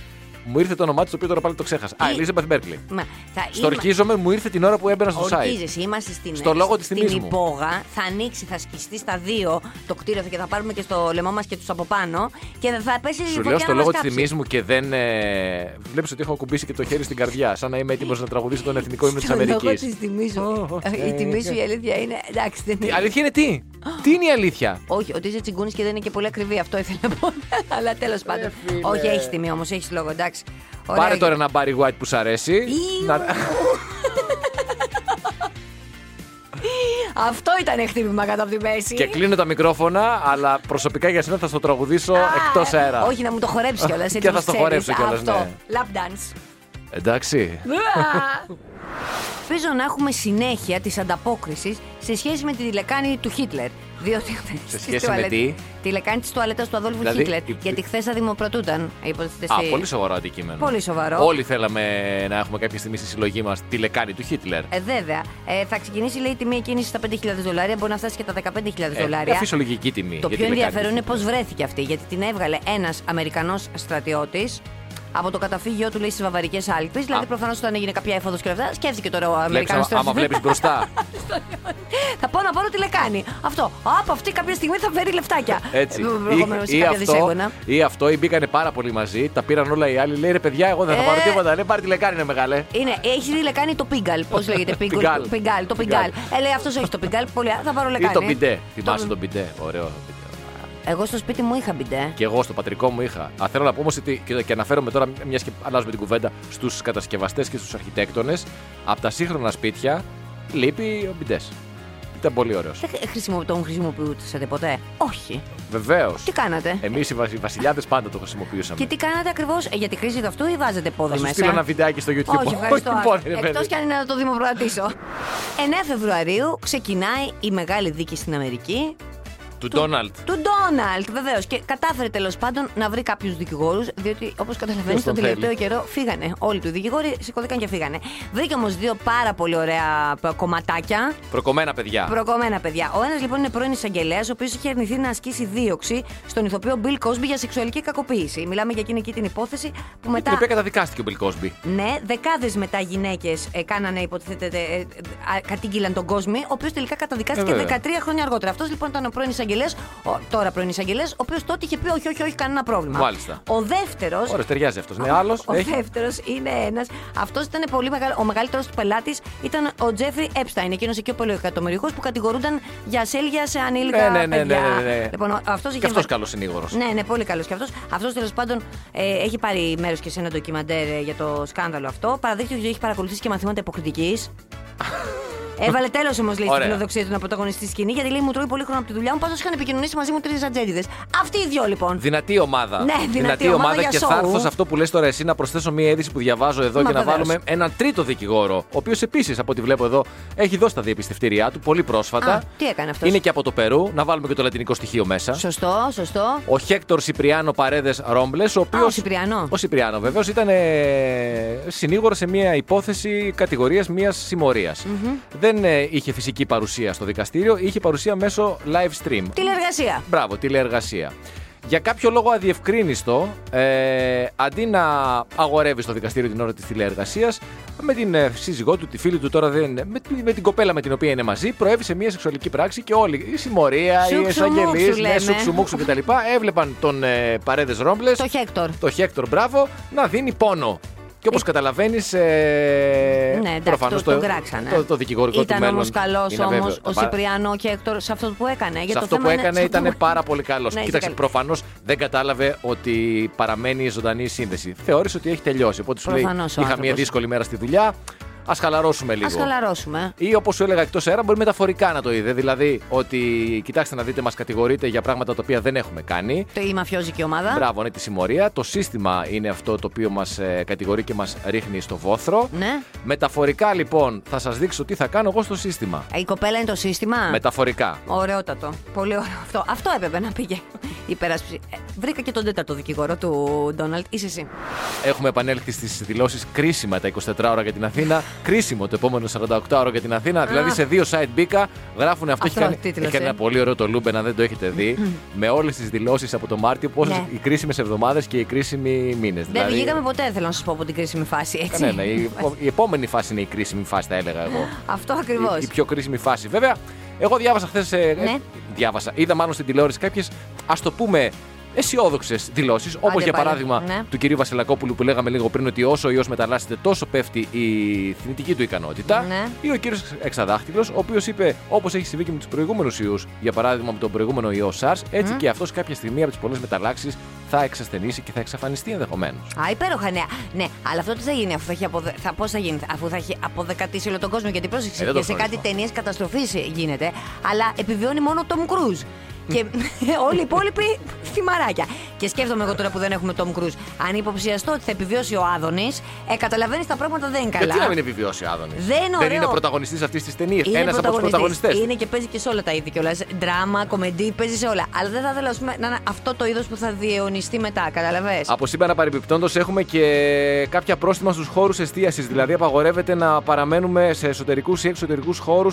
S4: μου ήρθε το όνομά της, το οποίο τώρα πάλι το ξέχασα. Α,
S3: Η-
S4: Elizabeth Berkeley.
S3: Μα, θα
S4: Στο ορκίζομαι, μου ήρθε την ώρα που έμπαινα στο site.
S3: Ορκίζεσαι, είμαστε στην,
S4: Στο λόγο της
S3: στην
S4: τιμής μου.
S3: υπόγα. Θα ανοίξει, θα σκιστεί στα δύο το κτίριο και θα πάρουμε και στο λαιμό μας και τους από πάνω. Και θα πέσει η
S4: Σου
S3: φωτιά
S4: λέω
S3: να
S4: στο
S3: μας
S4: λόγο της
S3: κάψει.
S4: τιμής μου και δεν. Ε, Βλέπεις ότι έχω κουμπίσει και το χέρι στην καρδιά. Σαν να είμαι έτοιμος να τραγουδήσω τον εθνικό ύμνο της
S3: Στο λόγο τη
S4: Αμερική.
S3: τιμής σου.
S4: Ω, ω,
S3: Η
S4: ε,
S3: τιμή
S4: ε,
S3: σου
S4: ε.
S3: η αλήθεια είναι. Εντάξει, δεν είναι.
S4: Αλήθεια είναι τι. Τι είναι η αλήθεια.
S3: Όχι, ότι είσαι τσιγκούνης και δεν είναι και πολύ ακριβή. Αυτό ήθελα να πω. (laughs) Αλλά τέλος πάντων. Όχι, έχεις τιμή όμως, έχεις λόγο, εντάξει. Ωραία.
S4: Ε, Πάρε τώρα ένα Barry White που σ' αρέσει.
S3: Ιου.
S4: Να-
S3: Αυτό ήταν χτύπημα κατά από τη μέση.
S4: Και κλείνω τα μικρόφωνα, αλλά προσωπικά για σένα θα στο τραγουδήσω
S3: Α, ε,
S4: εκτός αέρα.
S3: Όχι, να μου το χορέψεις κιόλας.
S4: (laughs) Και θα στο χορέψω κιόλας, ναι.
S3: Lap dance.
S4: Εντάξει.
S3: Ελπίζω να έχουμε συνέχεια της ανταπόκρισης σε σχέση με τη λεκάνη του Χίτλερ. Διότι (laughs)
S4: Σε
S3: στις
S4: σχέση με
S3: τουαλέτες-
S4: τι?
S3: Τη λεκάνη της τουαλέτας του Αδόλφου
S4: Δηλαδή,
S3: Χίτλερ.
S4: η-
S3: Γιατί χθες αδημοπρατούταν. υποτίθεται,
S4: Α,
S3: στη-
S4: πολύ σοβαρό αντικείμενο.
S3: Πολύ σοβαρό.
S4: Όλοι θέλαμε να έχουμε κάποια στιγμή στη συλλογή μας τη λεκάνη του Χίτλερ.
S3: Ε, βέβαια. Ε, θα ξεκινήσει λέει η τιμή εκκίνησης στα 5.000 δολάρια, μπορεί να φτάσει και τα 15.000 δολάρια.
S4: μια Ε, φυσιολογική τιμή.
S3: Το
S4: για
S3: πιο
S4: τη λεκάνη
S3: ενδιαφέρον
S4: του
S3: είναι πώς
S4: Χίτλερ.
S3: βρέθηκε αυτή, γιατί την έβγαλε ένας Αμερικανός στρατιώτης από το καταφύγιό του, λέει, στις Βαβαρικές Άλπε. Δηλαδή, προφανώς όταν έγινε κάποια έφοδος και όλα αυτά, σκέφτηκε τώρα ο
S4: Βλέπεις,
S3: Αμερικανό
S4: άμα-
S3: στρατιώτη.
S4: άμα βλέπεις μπροστά.
S3: θα πάω να πάρω τη λεκάνη. Αυτό. Από αυτή κάποια στιγμή θα φέρει λεφτάκια. (laughs)
S4: Έτσι.
S3: Ε, Προηγουμένως σε κάποια δισέγωνα.
S4: ή αυτό, ή μπήκανε πάρα πολύ μαζί, τα πήραν όλα οι άλλοι. Λέει ρε παιδιά, εγώ δεν θα
S3: Ε.
S4: πάρω τίποτα. Λέει πάρε τη λεκάνη, είναι μεγάλε.
S3: Είναι, έχει δει λεκάνη το πιγκάλ. Πώς
S4: (laughs)
S3: λέγεται, πιγκάλ.
S4: Πιγκάλ.
S3: πιγκάλ, το πιγκάλ. Ε, λέει αυτός έχει το πιγκάλ. Πολύ, α, θα πάρω
S4: Ή
S3: λεκάνη.
S4: τον πιντέ. Θυμάσαι τον πιντέ. Ωραίο. το πιντέ.
S3: Εγώ στο σπίτι μου είχα μπιντέ.
S4: Και εγώ στο πατρικό μου είχα. Α, θέλω να πω όμως ότι. Και, και αναφέρομαι τώρα, μια και αλλάζουμε την κουβέντα, στους κατασκευαστές και στους αρχιτέκτονες. Από τα σύγχρονα σπίτια λείπει ο μπιντές. Ήταν πολύ ωραίος.
S3: Δεν χρησιμο- τον χρησιμοποιούσατε ποτέ.
S1: Όχι.
S4: Βεβαίως.
S3: Τι κάνατε.
S4: Εμείς οι βασιλιάδες πάντα το χρησιμοποιούσαμε.
S3: Και τι κάνατε ακριβώς για τη χρήση του αυτού ή βάζετε πόδι
S4: Θα σου
S3: μέσα.
S4: στείλω ένα βιντεάκι στο YouTube.
S3: ε. Όχι,
S4: (laughs)
S3: ευχαριστώ.
S4: Όχι, πόδι, ρε
S3: Εκτό
S4: παιδί.
S3: κι αν είναι να το δημοπρατήσω. 9 Φεβρουαρίου ξεκινάει η μεγάλη δίκη στην Αμερική
S4: Του Ντόναλτ.
S3: του Ντόναλτ, βεβαίως. Και κατάφερε τέλος πάντων να βρει κάποιους δικηγόρους, διότι όπως καταλαβαίνεις,
S4: Ποιος
S3: τον
S4: τον
S3: τελευταίο
S4: θέλει.
S3: καιρό φύγανε. Όλοι του δικηγόροι σηκωθήκαν και φύγανε. Βρήκε όμως δύο πάρα πολύ ωραία π- κομματάκια.
S4: Προκομμένα παιδιά.
S3: Προκομμένα παιδιά. Ο ένας λοιπόν είναι πρώην εισαγγελέας, ο οποίος είχε αρνηθεί να ασκήσει δίωξη στον ηθοποιό Bill Cosby για σεξουαλική κακοποίηση. Μιλάμε για εκείνη εκεί την υπόθεση που μετά.
S4: Την οποία καταδικάστηκε ο Μπιλ Κόσμπι.
S3: Ναι, δεκάδες μετά γυναίκες ε, κάνανε, υποτίθεται, ε, ε, α, κατήγγυλαν τον κόσμο, ο οποίος τελικά καταδικάστηκε
S4: Ε, βέβαια.
S3: 13 χρόνια αργότερα. Αυτός λοιπόν ήταν ο πρώην εισαγγελέα, τώρα πρώην εισαγγελέα, ο οποίος τότε είχε πει: Όχι, όχι, όχι, κανένα πρόβλημα.
S4: Μάλιστα.
S3: Ο δεύτερος.
S4: Ωραία, ταιριάζει αυτός. Ναι, άλλος.
S3: (laughs) Ο δεύτερος είναι ένας. Αυτός ήταν πολύ μεγάλο. Ο μεγαλύτερος του πελάτης ήταν ο Τζέφρι Έπσταϊν, εκείνος εκεί ο πολυεκατομμυριούχο που κατηγορούνταν για ασέλγεια σε ανήλικα
S4: Ναι, ναι, ναι,
S3: παιδιά.
S4: ναι, ναι, ναι.
S3: Λοιπόν, αυτό είχε.
S4: Και αυτός
S3: βα-
S4: καλός συνήγορος.
S3: ναι, ναι, πολύ καλός και αυτός. Αυτός τέλος πάντων ε, έχει πάρει μέρος και σε ένα ντοκιμαντέρ ε, για το σκάνδαλο αυτό. Παραδείχθηκε ότι έχει παρακολουθήσει και μαθήματα υποκριτικής.
S4: (laughs)
S3: Έβαλε τέλος όμως, λέει, στην
S4: Ωραία.
S3: φιλοδοξία του να πρωταγωνιστεί στη σκηνή, γιατί λέει μου τρώει πολύ χρόνο από τη δουλειά μου. Πάντω είχαν επικοινωνήσει μαζί μου τρεις ατζέντιδες. Αυτοί οι δυο λοιπόν.
S4: Δυνατή ομάδα.
S3: Ναι, δυνατή ομάδα για
S4: και
S3: σοου.
S4: θα έρθω σε αυτό που λες τώρα εσύ να προσθέσω μία είδηση που διαβάζω εδώ
S3: Μα
S4: και να
S3: βεβαίως.
S4: βάλουμε έναν τρίτο δικηγόρο. Ο οποίος επίσης, από ό,τι βλέπω εδώ, έχει δώσει τα διεπιστευτήριά του πολύ πρόσφατα.
S3: Α, τι έκανε αυτός?
S4: Είναι και από το Περού. Να βάλουμε και το λατινικό στοιχείο μέσα.
S3: Σωστό, σωστό.
S4: Ο Χέκτορ Σιπριάνο Παρέδες Ρόμπλες, ο οποίος.
S3: Α, ο Σιπριανό.
S4: Ο Σιπριάνο, βεβαίως, ήταν ε, συνήγορο σε μια υπόθεση κατηγορίας μια συμμορια Δεν ε, είχε φυσική παρουσία στο δικαστήριο, είχε παρουσία μέσω live stream.
S3: Τηλεργασία.
S4: Μπράβο, τηλεεργασία. Για κάποιο λόγο αδιευκρίνιστο, ε, αντί να αγορεύεις στο δικαστήριο την ώρα της τηλεεργασία, με την ε, σύζυγό του, τη φίλη του τώρα δεν. Με, τη- με την κοπέλα με την οποία είναι μαζί, προέβησε μια σεξουαλική πράξη και όλοι. Η συμμορία, οι
S3: Σουξουμούξου
S4: εισαγγελίε,
S3: λέμε.
S4: ναι, σουξουμούξου κτλ. Έβλεπαν τον ε, παρέδες Ρόμπλες,
S3: Το Χέκτορ.
S4: το Χέκτορ Μπράβο, να δίνει πόνο. Και όπως καταλαβαίνεις. Ε,
S3: Ναι, εντάξει,
S4: προφανώς
S3: το, το γράξανε.
S4: Το, το δικηγορικό
S3: Ήταν
S4: του μέλλον.
S3: όμως καλός
S4: είναι
S3: όμω
S4: βέβαιο.
S3: ο
S4: Τα πα-
S3: Σιπριανό και Έκτορ σε αυτό που έκανε. Για
S4: σε
S3: το
S4: αυτό
S3: θέμα
S4: που
S3: είναι- σε
S4: έκανε
S3: αυτό
S4: ήταν
S3: που-
S4: πάρα πολύ καλός.
S3: Ναι,
S4: Κοίταξε,
S3: ήταν
S4: προφανώς δεν κατάλαβε ότι παραμένει ζωντανή η σύνδεση. Θεώρησε ότι έχει τελειώσει. Οπότε σου λέει:
S3: Προφανώς ο
S4: Είχα μια
S3: άνθρωπος.
S4: δύσκολη μέρα στη δουλειά. Ας χαλαρώσουμε λίγο.
S3: Ας χαλαρώσουμε.
S4: Ή όπως σου έλεγα εκτός αέρα, μπορεί μεταφορικά να το είδε. Δηλαδή ότι, κοιτάξτε να δείτε, μας κατηγορείτε για πράγματα τα οποία δεν έχουμε κάνει.
S3: Το- Η μαφιόζικη ομάδα.
S4: Μπράβο, είναι τη συμμορία. Το σύστημα είναι αυτό το οποίο μας κατηγορεί και μας ρίχνει στο βόθρο.
S3: Ναι.
S4: Μεταφορικά λοιπόν θα σας δείξω τι θα κάνω εγώ στο σύστημα.
S3: Ε, Η κοπέλα είναι το σύστημα.
S4: Μεταφορικά.
S3: Ωραιότατο. Πολύ ωραίο αυτό. Αυτό έπρεπε να πήγε. Υπεράσπιση. Ε, Βρήκα και τον τέταρτο δικηγόρο του Ντόναλτ. Είσαι εσύ.
S4: Έχουμε επανέλθει στις δηλώσεις κρίσιμα τα 24 ώρα για την Αθήνα. Κρίσιμο το επόμενο 48 ώρα για την Αθήνα. Δηλαδή σε δύο site μπήκα, γράφουν
S3: Αυτό
S4: αυτό. έχει κάνει,
S3: τίτλος,
S4: έχει κάνει
S3: ε.
S4: ένα πολύ ωραίο το Λούμπεν, αν δεν το έχετε δει. με όλες τις δηλώσεις από το Μάρτιο, πόσε
S3: Ναι.
S4: οι κρίσιμες εβδομάδες και οι κρίσιμοι μήνες.
S3: Δεν βγήκαμε ποτέ, θέλω να σα πω, από την κρίσιμη φάση. Έτσι.
S4: Κανένα. ναι, Η, η επόμενη φάση είναι η κρίσιμη φάση, θα έλεγα εγώ.
S3: Αυτό ακριβώς.
S4: Η, η πιο κρίσιμη φάση. Βέβαια, εγώ διάβασα χθες.
S3: Ναι.
S4: Διάβασα. Είδα μάλλον στην τηλεόραση κάποιες, ας το πούμε, αισιόδοξες δηλώσεις. Όπως
S3: Άντε
S4: για
S3: πάλι.
S4: παράδειγμα
S3: Ναι.
S4: του κυρίου Βασιλακόπουλου που λέγαμε λίγο πριν ότι όσο ο ιός μεταλλάσσεται, τόσο πέφτει η θνητική του ικανότητα.
S3: Ναι.
S4: Ή ο κύριος Εξαδάχτυλος, ο οποίος είπε, όπως έχει συμβεί και με τους προηγούμενους ιούς, για παράδειγμα με τον προηγούμενο ιό SARS, έτσι και αυτός κάποια στιγμή από τις πολλές μεταλλάξεις θα εξασθενήσει και θα εξαφανιστεί ενδεχομένως.
S3: Α, υπέροχα νέα. Ναι, αλλά αυτό τι θα γίνει αφού θα έχει, αποδε... θα, πώς θα γίνει, αφού θα έχει αποδεκατήσει όλο τον κόσμο. Γιατί πρόσεξε,
S4: Ε, δεν το
S3: και σε κάτι
S4: γνωρίζω.
S3: ταινίες καταστροφής γίνεται. Αλλά επιβιώνει μόνο ο Τόμ Κρούζ. Και (laughs) όλοι οι υπόλοιποι θυμαράκια. Και σκέφτομαι εγώ τώρα που δεν έχουμε Τόμ Κρούζ. Αν υποψιαστώ ότι θα επιβιώσει ο Άδωνης, ε, καταλαβαίνεις τα πράγματα δεν είναι καλά.
S4: Γιατί Ε, να μην επιβιώσει ο Άδωνης.
S3: Δεν είναι ωραίο.
S4: είναι πρωταγωνιστής αυτής της ταινίας.
S3: Είναι
S4: Ένας από τους
S3: πρωταγωνιστής.
S4: πρωταγωνιστές.
S3: Είναι και παίζει και σε όλα τα είδη κιόλας. Δράμα, κομεντή, παίζει σε όλα. Αλλά δεν θα ήθελα ας πούμε, να είναι αυτό το είδος που θα διαιωνιστεί μετά, καταλαβέ.
S4: Από σήμερα παρεμπιπτόντως έχουμε και κάποια πρόστιμα στους χώρους εστίασης. Δηλαδή, απαγορεύεται να παραμένουμε σε εσωτερικούς ή εξωτερικούς χώρους.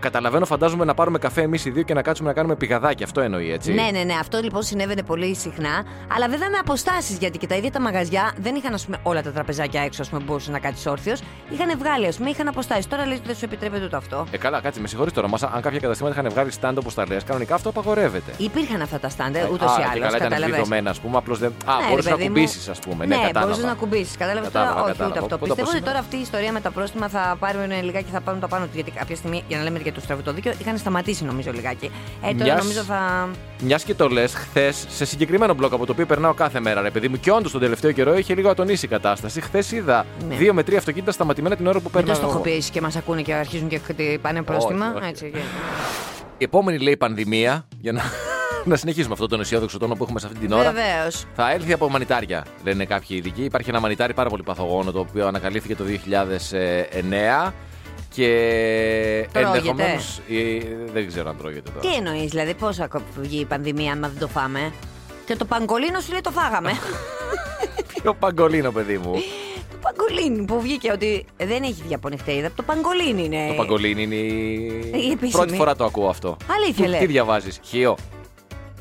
S4: Καταλαβαίνω, φαντάζομαι να πάρουμε καφέ εμείς οι δύο και να κάτσουμε να κάνουμε πηγαδάκι. Αυτό εννοεί, έτσι.
S3: Ναι, ναι, ναι. Αυτό λοιπόν συνέβαινε πολύ συχνά. Αλλά βέβαια με αποστάσεις, γιατί και τα ίδια τα μαγαζιά δεν είχαν ας πούμε, όλα τα τραπεζάκια έξω ας πούμε, που μπορούσε να κάτσεις όρθιος. Είχαν βγάλει, ας πούμε, είχαν αποστάσεις. Τώρα λέει ότι δεν σου επιτρέπεται ούτε αυτό.
S4: Ε, καλά, κάτσε, με συγχωρείς τώρα. Μας, αν κάποια καταστήματα είχαν βγάλει stand όπως τα λες, κανονικά αυτό απαγορεύεται.
S3: Υπήρχαν αυτά τα στάντερ, ούτω
S4: ε, Α,
S3: Ε, ή
S4: και
S3: άλλως.
S4: Καλά, ήταν
S3: Κατάλαβες.
S4: δεδομένα, ας πούμε. Απλώς δεν. Α,
S3: Ναι,
S4: μπορούσε
S3: ρε
S4: να
S3: παιδί μου.
S4: κουμπίσεις, ας πούμε. Ναι,
S3: Ναι,
S4: κατάλαβα.
S3: μπορούσες να κουμπίσεις. Κατάλαβες τώρα.
S4: Κατάλαβα,
S3: Όχι,
S4: κατάλαβα.
S3: ούτε αυτό.
S4: Οπότε
S3: Πιστεύω ότι
S4: από σήμερα-
S3: τώρα αυτή η ιστορία με τα πρόστιμα θα πάρουν λιγάκι, θα πάρουν τα πάνω του. Γιατί κάποια στιγμή, για να λέμε και του τραβού το δίκιο. Είχαν σταματήσει νομίζω λιγάκι. Ε, τώρα
S4: Μιας-
S3: νομίζω θα.
S4: Μιας και το λες, χθες σε συγκεκριμένο μπλοκ από το οποίο περνάω κάθε μέρα, ρε παιδί μου, και όντως τον τελευταίο καιρό είχε λίγο ατονίσει η κατάσταση. Χθες είδα
S3: Ναι.
S4: δύο με τρία αυτοκίνητα σταματημένα την ώρα που
S3: Δεν το
S4: περνάω. εγώ.
S3: στοχοποιήσεις και μας ακούνε και αρχίζουν και χτυ- πάνε πρόστιμα.
S4: όχι.
S3: Έτσι, και-
S4: Η επόμενη λέει πανδημία, για να, (laughs) να συνεχίσουμε αυτόν τον αισιόδοξο τόνο που έχουμε σε αυτή την ώρα.
S3: Βεβαίως.
S4: Θα έλθει από μανιτάρια, λένε κάποιοι ειδικοί. Υπάρχει ένα μανιτάρι πάρα πολύ παθογόνο το οποίο ανακαλύφθηκε το 2009 και
S3: Τρώγεται.
S4: ενδεχομένως. Δεν ξέρω αν τρώγεται τώρα.
S3: Τι εννοείς, δηλαδή, πώς θα βγει η πανδημία άμα δεν το φάμε. Και το παγκολίνο σου λέει το
S4: (laughs)
S3: φάγαμε.
S4: Ποιο παγκολίνο, παιδί
S3: (laughs)
S4: μου.
S3: το παγκολίνι που βγήκε ότι δεν έχει βγει από νυχτερίδα. Το παγκολίνι είναι.
S4: Το παγκολίνι είναι. η-
S3: Ε, Η επίσημη.
S4: Πρώτη φορά το ακούω αυτό.
S3: Αλήθεια,
S4: Τι-
S3: λέ.
S4: Τι διαβάζει, Χίο.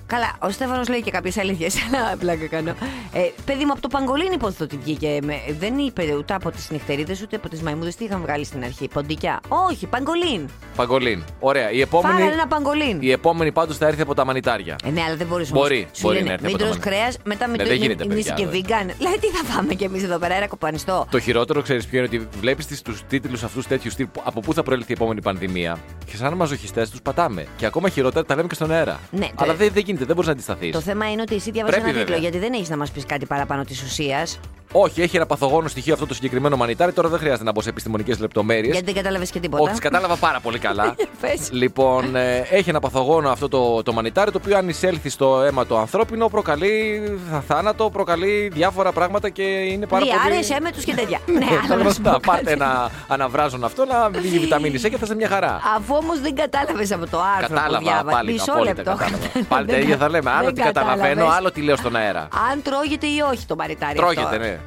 S3: Καλά, ο Στέφανος λέει και κάποιες αλήθειες, (laughs) αλλά πλάκα κάνω. Ε, παιδί μου, από το παγκολίνι πώ ότι βγήκε. Με, δεν είπε ούτε από τις νυχτερίδες ούτε από τις μαϊμούδες τι είχαν βγάλει στην αρχή. Ποντικιά. Όχι, παγκολίν.
S4: Παγκολίν. Ωραία. Η
S3: Φάγανε
S4: επόμενη,
S3: ένα παγκολίν.
S4: η επόμενη πάντως θα έρθει από τα μανιτάρια.
S3: Ε, ναι, αλλά δεν μπορείς
S4: Μπορεί,
S3: όμως. Σου
S4: μπορεί
S3: λένε,
S4: να έρθει
S3: Μην
S4: από το
S3: τρως
S4: μανι-
S3: κρέας, μετά μην
S4: Ναι,
S3: το
S4: δεν γίνεται,
S3: μην είσαι και
S4: παιδιά,
S3: vegan. Δηλαδή τι θα φάμε κι εμείς εδώ πέρα, ένα κοπανιστό.
S4: Το χειρότερο, ξέρεις ποιο είναι, ότι βλέπεις τους τίτλους αυτούς τέτοιους τύπου από πού θα προέλθει η επόμενη πανδημία. Και σαν μαζοχιστές τους πατάμε. Και ακόμα χειρότερα τα λέμε και στον αέρα.
S3: Ναι,
S4: Αλλά
S3: το-
S4: δεν, δεν γίνεται, δεν μπορείς να αντισταθείς.
S3: Το θέμα είναι ότι εσύ διαβάζει
S4: Πρέπει,
S3: ένα τίτλο,
S4: βέβαια.
S3: γιατί δεν έχεις να μας πεις κάτι παραπάνω της ουσίας.
S4: Όχι, έχει ένα παθογόνο στοιχείο αυτό το συγκεκριμένο μανιτάρι. Τώρα δεν χρειάζεται να μπω σε επιστημονικές λεπτομέρειες.
S3: Γιατί δεν κατάλαβε και τίποτα.
S4: Όχι, τις κατάλαβα πάρα πολύ
S3: (laughs)
S4: καλά.
S3: Πες.
S4: (laughs) λοιπόν, ε, έχει ένα παθογόνο αυτό το, το μανιτάρι, το οποίο αν εισέλθει στο αίμα το ανθρώπινο, προκαλεί θ- θάνατο, προκαλεί διάφορα πράγματα και είναι πάρα
S3: Διάρρες,
S4: πολύ.
S3: αίμε τους και τέτοια. ναι,
S4: (laughs) τα
S3: αλλά να σου πω
S4: γνωστά. Πάρτε
S3: κάτι.
S4: ένα αναβράζον αυτό, να βγει η βιταμίνη C και θα είσαι μια χαρά.
S3: Αφού όμως δεν κατάλαβες από το άρθρο που
S4: Κατάλαβα
S3: διάβα.
S4: πάλι.
S3: Μισό
S4: απόλυτα
S3: λεπτό. (laughs)
S4: κατάλαβα.
S3: Δεν
S4: Πάλι τα
S3: κα-
S4: ίδια θα λέμε. Άλλο
S3: δεν
S4: τι καταλαβαίνω,
S3: κατάλαβες.
S4: άλλο τι λέω στον αέρα.
S3: Αν τρώγεται ή όχι το μαριτάρι. αυτό.
S4: Τρώγεται, ναι.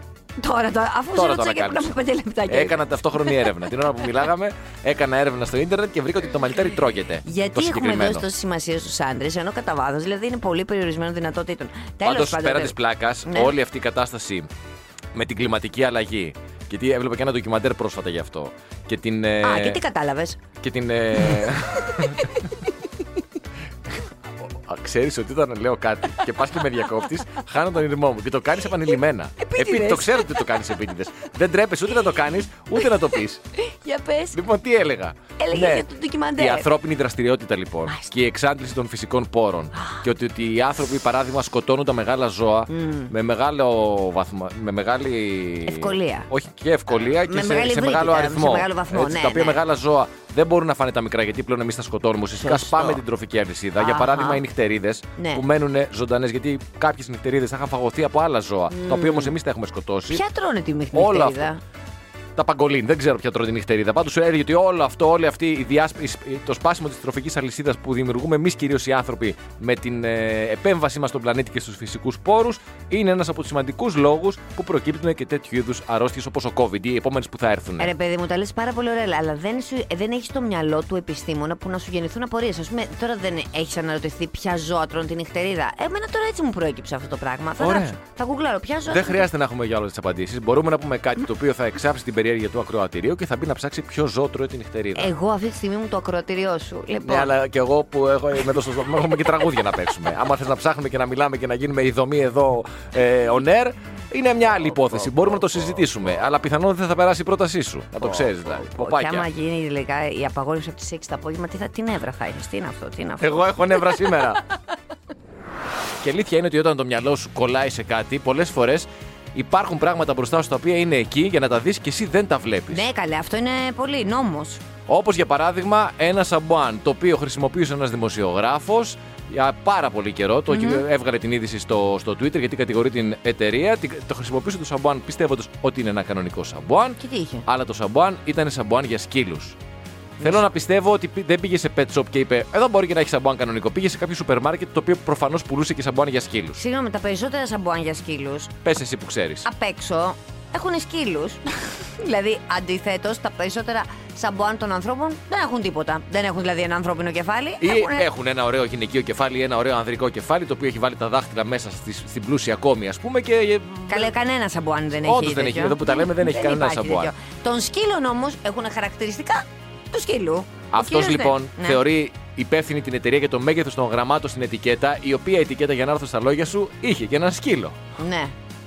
S3: Τώρα, το- αφού
S4: Τώρα
S3: σε
S4: το
S3: ρώτησα και πριν
S4: ανακάλυψα.
S3: από πέντε λεπτά. και- (laughs)
S4: Έκανα ταυτόχρονη έρευνα. Την ώρα που μιλάγαμε, έκανα έρευνα στο ίντερνετ και βρήκα ότι το μανιτάρι τρώγεται. το
S3: Γιατί έχουμε
S4: συγκεκριμένο.
S3: δώσει τόση σημασία στους άντρες, ενώ κατά βάθος δηλαδή είναι πολύ περιορισμένο δυνατότητων.
S4: Πάντω,
S3: Τέλος πάντων.
S4: πέρα της πλάκας,
S3: Ναι.
S4: όλη αυτή η κατάσταση με την κλιματική αλλαγή. Γιατί έβλεπα και ένα ντοκιμαντέρ πρόσφατα γι' αυτό. Και την. ε,
S3: Α, και τι κατάλαβες.
S4: (laughs) και
S3: (laughs)
S4: την. Ε... Ξέρεις ότι όταν λέω κάτι και πας και με διακόπτη, χάνω τον ήρμό μου και το κάνεις επανειλημμένα.
S3: Ε, Επίτηδες.
S4: το ξέρω ότι το κάνεις επίτηδες. Δεν τρέπεσαι ούτε να το κάνεις, ούτε να το πεις.
S3: Για πες.
S4: Λοιπόν, τι έλεγα. Ναι,
S3: Έλεγε για το ντοκιμαντέρ.
S4: Η ανθρώπινη δραστηριότητα λοιπόν και η εξάντληση των φυσικών πόρων. και ότι, ότι οι άνθρωποι, παράδειγμα, σκοτώνουν τα μεγάλα ζώα με μεγάλο βαθμό. Με μεγάλη.
S3: Ευκολία.
S4: Όχι και ευκολία και
S3: Με
S4: σε,
S3: μεγάλη
S4: σε μεγάλο
S3: ευρύτητα,
S4: αριθμό.
S3: σε μεγάλο βαθμό,
S4: Έτσι,
S3: ναι,
S4: τα οποία
S3: ναι.
S4: μεγάλα ζώα δεν μπορούν να φάνε τα μικρά γιατί πλέον εμείς τα σκοτώνουμε. Ουσιαστικά
S3: Σωστό.
S4: σπάμε την τροφική αλυσίδα. Για
S3: Αχα.
S4: παράδειγμα, οι νυχτερίδες
S3: Ναι.
S4: που μένουν ζωντανές γιατί κάποιες νυχτερίδες θα είχαν φαγωθεί από άλλα ζώα. Τα οποία όμως εμείς τα έχουμε σκοτώσει.
S3: Ποια τρώνε τη
S4: Όλα
S3: μυχνητερίδα.
S4: Τα παγκολίν, δεν ξέρω ποια τρώει την νυχτερίδα. Πάντως έλεγε ότι όλο αυτό, όλη αυτή η διάσπ- η σπ- το σπάσιμο της τροφικής αλυσίδας που δημιουργούμε εμείς κυρίως οι άνθρωποι με την ε, επέμβασή μας στον πλανήτη και στους φυσικούς πόρους, είναι ένας από τους σημαντικούς λόγους που προκύπτουν και τέτοιου είδους αρρώστιες όπως ο COVID, οι επόμενες που θα έρθουν.
S3: Ρε παιδί μου, τα λες πάρα πολύ ωραία, αλλά δεν, σου, ε, δεν έχεις στο μυαλό του επιστήμονα που να σου γεννηθούν απορίες. Ας πούμε, τώρα δεν έχεις αναρωτηθεί ποια ζώα τρώνε την νυχτερίδα. Εμένα τώρα έτσι μου προέκυψε αυτό το πράγμα. Θα
S4: Ωραία.
S3: γράψω. Θα γουγκλάρω ποια ζώα.
S4: Δεν
S3: τρώνε-
S4: χρειάζεται να έχουμε για όλες τις απαντήσεις. Μπορούμε να πούμε κάτι το οποίο θα εξάψει την περιέργεια του ακροατηρίου και θα μπει να ψάξει ποιο ζώο τρώει την νυχτερίδα.
S3: Εγώ αυτή τη στιγμή μου το ακροατήριό σου. Λοιπόν,
S4: Ναι, αλλά και εγώ που έχω, είμαι εδώ στο σταθμό έχουμε και τραγούδια να παίξουμε. Άμα θες να ψάχνουμε και να μιλάμε και να γίνουμε η δομή εδώ ε, on air, είναι μια άλλη υπόθεση. Μπορούμε να το συζητήσουμε. Αλλά πιθανόν δεν θα περάσει η πρότασή σου. Να το ξέρεις δηλαδή.
S3: Και άμα
S4: Ποπάκια.
S3: γίνει τελικά η απαγόρευση από τις 6 το απόγευμα, τι, θα, τι νεύρα θα έχει, τι είναι αυτό, τι είναι αυτό.
S4: Εγώ έχω νεύρα σήμερα. (laughs) και αλήθεια είναι ότι όταν το μυαλό σου κολλάει σε κάτι, πολλές φορές υπάρχουν πράγματα μπροστά σου τα οποία είναι εκεί για να τα δεις και εσύ δεν τα βλέπεις.
S3: Ναι, καλέ, αυτό είναι πολύ νόμος.
S4: Όπως για παράδειγμα ένα σαμπουάν το οποίο χρησιμοποιούσε ένας δημοσιογράφος για πάρα πολύ καιρό. Το έβγαλε την είδηση στο, στο Twitter γιατί κατηγορεί την εταιρεία. Την- Το χρησιμοποιούσε το σαμπουάν πιστεύοντας ότι είναι ένα κανονικό σαμπουάν.
S3: Και τι είχε.
S4: Αλλά το σαμπουάν ήταν σαμπουάν για σκύλους. Θέλω να πιστεύω ότι πι- δεν πήγε σε pet shop και είπε: Εδώ μπορεί και να έχεις σαμπουάν κανονικό. Πήγε σε κάποιο σούπερ μάρκετ το οποίο προφανώς πουλούσε και σαμπουάν για σκύλους.
S3: Συγγνώμη, τα περισσότερα σαμπουάν για σκύλους
S4: Πες εσύ που ξέρεις.
S3: απ' έξω έχουν σκύλους. δηλαδή, αντιθέτως, τα περισσότερα σαμπουάν των ανθρώπων δεν έχουν τίποτα. Δεν έχουν δηλαδή ένα ανθρώπινο κεφάλι.
S4: Ή
S3: έχουνε-
S4: έχουν ένα ωραίο γυναικείο κεφάλι ή ένα ωραίο ανδρικό κεφάλι το οποίο έχει βάλει τα δάχτυλα μέσα στη, στην πλούσια κόμη, ας πούμε, και ε,
S3: Καλέ, κανένα σαμπουάν δεν έχει.
S4: Όντως δεν έχει.
S3: τέτοιο.
S4: Εδώ που τα λέμε δεν έχει κανένα
S3: υπάρχει
S4: σαμπουάν.
S3: τέτοιο. Των σκύλων όμως έχουν χαρακτηριστικά του σκύλου. Ο
S4: Αυτός
S3: σκύλος δεν-
S4: λοιπόν
S3: Ναι.
S4: θεωρεί υπεύθυνη την εταιρεία για το μέγεθος των γραμμάτων στην ετικέτα, η οποία ετικέτα για να έρθω στα λόγια σου είχε και ένα σκύλο.
S3: Ναι.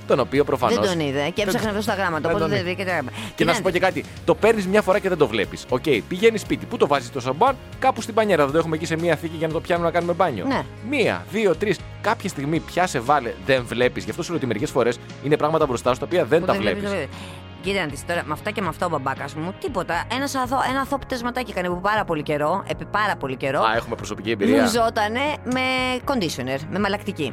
S4: Το Τον οποίο προφανώς.
S3: Δεν τον είδε και έψαχνε αυτό στα γράμματα.
S4: Δεν
S3: Οπότε
S4: τον
S3: δεν
S4: είδε.
S3: βρήκε τα γράμματα.
S4: Και να σου
S3: Κοιτάξτε,
S4: πω και κάτι. Το παίρνεις μια φορά και δεν το βλέπεις. Οκ, πηγαίνει σπίτι. Πού το βάζεις το σαμπάν, κάπου στην πανιέρα. Δεν το έχουμε εκεί σε μία θήκη για να το πιάνουμε να κάνουμε μπάνιο.
S3: Ναι.
S4: Μία, δύο, τρεις. Κάποια στιγμή πιάσε βάλε, δεν βλέπεις. Γι' αυτό σου λέω ότι μερικές φορές είναι πράγματα μπροστά σου τα οποία δεν
S3: που
S4: τα
S3: βλέπεις,
S4: βλέπεις.
S3: το βλέπεις. Κοίτα να δεις τώρα, με αυτά και με αυτά ο μπαμπάκας μου, τίποτα. Ένας αθώ, ένα αθώο πτεσματάκι έκανε που πάρα πολύ καιρό, επί πάρα πολύ καιρό.
S4: Α, έχουμε προσωπική εμπειρία.
S3: Μου ζότανε με conditioner, με μαλακτική.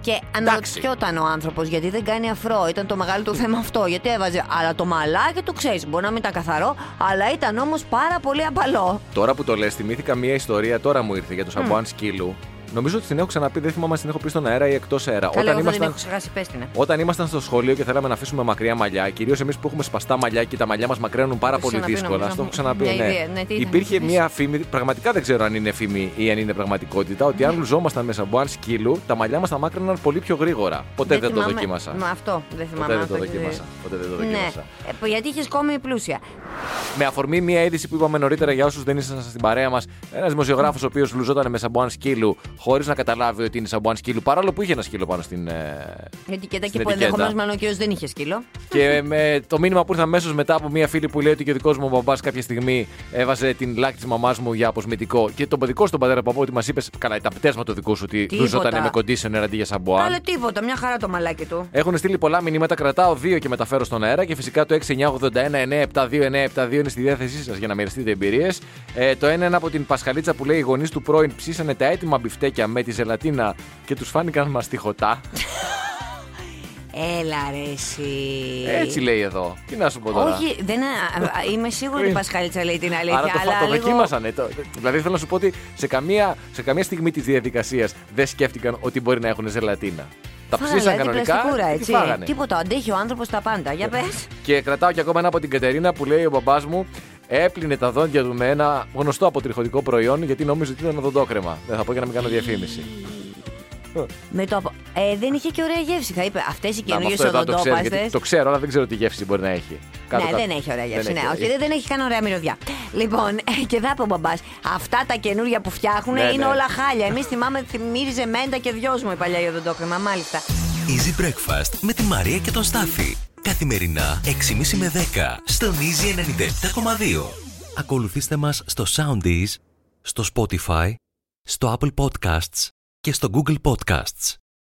S3: Και αναρωτιόταν ο άνθρωπος γιατί δεν κάνει αφρό. Ήταν το μεγάλο του θέμα αυτό. Γιατί έβαζε. Αλλά το μαλάκι του ξέρεις, μπορεί να μην ήταν καθαρό, αλλά ήταν όμως πάρα πολύ απαλό.
S4: Τώρα που το λες, θυμήθηκα μία ιστορία, τώρα μου ήρθε για το σαμπουάν σκύλου. Νομίζω ότι την έχω ξαναπεί, δεν θυμάμαι αν την έχω πει στον αέρα ή εκτός αέρα.
S3: Καλά, εγώ δεν την έχω ξεχάσει, πες την. ε.
S4: Όταν ήμασταν στο σχολείο και θέλαμε να αφήσουμε μακριά μαλλιά, κυρίως εμείς που έχουμε σπαστά μαλλιά και τα μαλλιά μας μακραίνουν πάρα
S3: Το
S4: πολύ
S3: ξαναπεί,
S4: δύσκολα.
S3: νομίζω.
S4: Αυτό έχω ξαναπεί,
S3: Μια
S4: ναι.
S3: ιδέα, ναι, τι ήταν,
S4: Υπήρχε
S3: πες.
S4: μια φήμη, πραγματικά δεν ξέρω αν είναι φήμη ή αν είναι πραγματικότητα, ότι
S3: Ναι.
S4: αν λουζόμασταν με σαμπουάν σκύλου, τα μαλλιά μας θα μάκρυναν πολύ πιο γρήγορα. Ποτέ δεν, το
S3: θυμάμαι-
S4: δοκίμασα.
S3: Μα αυτό δεν θυμάμαι.
S4: Ποτέ
S3: αν
S4: δεν το
S3: έχεις δει.
S4: δοκίμασα. Ποτέ δεν το δοκίμασα.
S3: Ναι, ε, γιατί είχες κόμη πλούσια.
S4: Με αφορμή μια είδηση που είπαμε νωρίτερα για όσους δεν ήσασταν στην παρέα μας, ένας δημοσιογράφος ο οποίος λουζόταν με σαμπουάν σκύλου χωρίς να καταλάβει ότι είναι σαμπουάν σκύλου, παρόλο που είχε ένα σκύλο πάνω στην. ε,
S3: Γιατί και
S4: Στην
S3: που
S4: ετικέτα.
S3: ενδεχομένως μάλλον ο κύριο δεν είχε σκύλο.
S4: Και με το μήνυμα που ήρθε αμέσως μετά από μια φίλη που λέει ότι και ο δικός μου μπαμπάς κάποια στιγμή έβαζε την λάκη της μαμάς μου για αποσμητικό. Και τον δικό στον πατέρα παππού ότι μας είπες, καλά, ήταν πτέσμα το δικό σου ότι
S3: Τίποτα.
S4: ζούζονταν με conditioner αντί για σαμπουάν.
S3: Άλλο τίποτα, μια χαρά το μαλάκι του.
S4: Έχουν στείλει πολλά μηνύματα, κρατάω δύο και μεταφέρω στον αέρα και φυσικά το 6981-972-972 είναι στη διάθεσή σας για να μοιραστείτε εμπειρίες. Ε, το ένα είναι από την Πασχαλίτσα που λέει: Οι γονείς του πρώην ψήσανε τα έτοιμα μπιφτέκια με τη ζελατίνα και τους φάνηκαν μαστιχωτά.
S3: Έλα ρε εσύ.
S4: Έτσι λέει εδώ. Τι να σου πω τώρα.
S3: Ε. Όχι, δεν, α, α, είμαι σίγουρη ότι η Πασχαλίτσα λέει την αλήθεια.
S4: Άρα το,
S3: αλλά
S4: φα- το
S3: λίγο-
S4: δοκίμασανε. Το- δηλαδή θέλω να σου πω ότι σε καμία, σε καμία στιγμή της διαδικασίας δεν σκέφτηκαν ότι μπορεί να έχουν ζελατίνα. Τα
S3: Φάγανε,
S4: ψήσαν
S3: δηλαδή,
S4: κανονικά.
S3: πλαστικούρα,
S4: και τη
S3: έτσι.
S4: φάγανε.
S3: Τίποτα, αντέχει ο άνθρωπος τα πάντα. Για πες.
S4: Και κρατάω και ακόμα ένα από την Κατερίνα που λέει ο μπαμπάς μου έπλυνε τα δόντια του με ένα γνωστό αποτριχωτικό προϊόν γιατί νόμιζε ότι ήταν οδοντόκρεμα. Δεν θα πω για να μην κάνω διαφήμιση.
S3: Με το απο- ε, δεν είχε και ωραία γεύση. Θα είπε αυτές οι
S4: Να, με
S3: καινούριε
S4: αυτό εδώ το ξέρω,
S3: οδοντόπαστε.
S4: γιατί το ξέρω, αλλά δεν ξέρω τι γεύση μπορεί να έχει. Κάτω,
S3: ναι,
S4: κάτω.
S3: δεν έχει ωραία γεύση.
S4: Δεν
S3: Ναι,
S4: έχει
S3: όχι,
S4: ωραία
S3: δεν, δεν έχει καν ωραία μυρωδιά. Λοιπόν, ε, και θα είπε ο μπαμπάς, αυτά τα καινούρια που φτιάχνουν
S4: Ναι,
S3: είναι
S4: ναι.
S3: όλα χάλια. Εμείς θυμάμαι ότι μύριζε μέντα και δυο μου η παλιά η οδοντόκρεμα, μάλιστα.
S2: Easy Breakfast με τη Μαρία και τον Στάφη. Καθημερινά 6.30 με 10 στον Easy 97.2. Ακολουθήστε μας στο Soundees, στο Spotify, στο Apple Podcasts και στο Google Podcasts.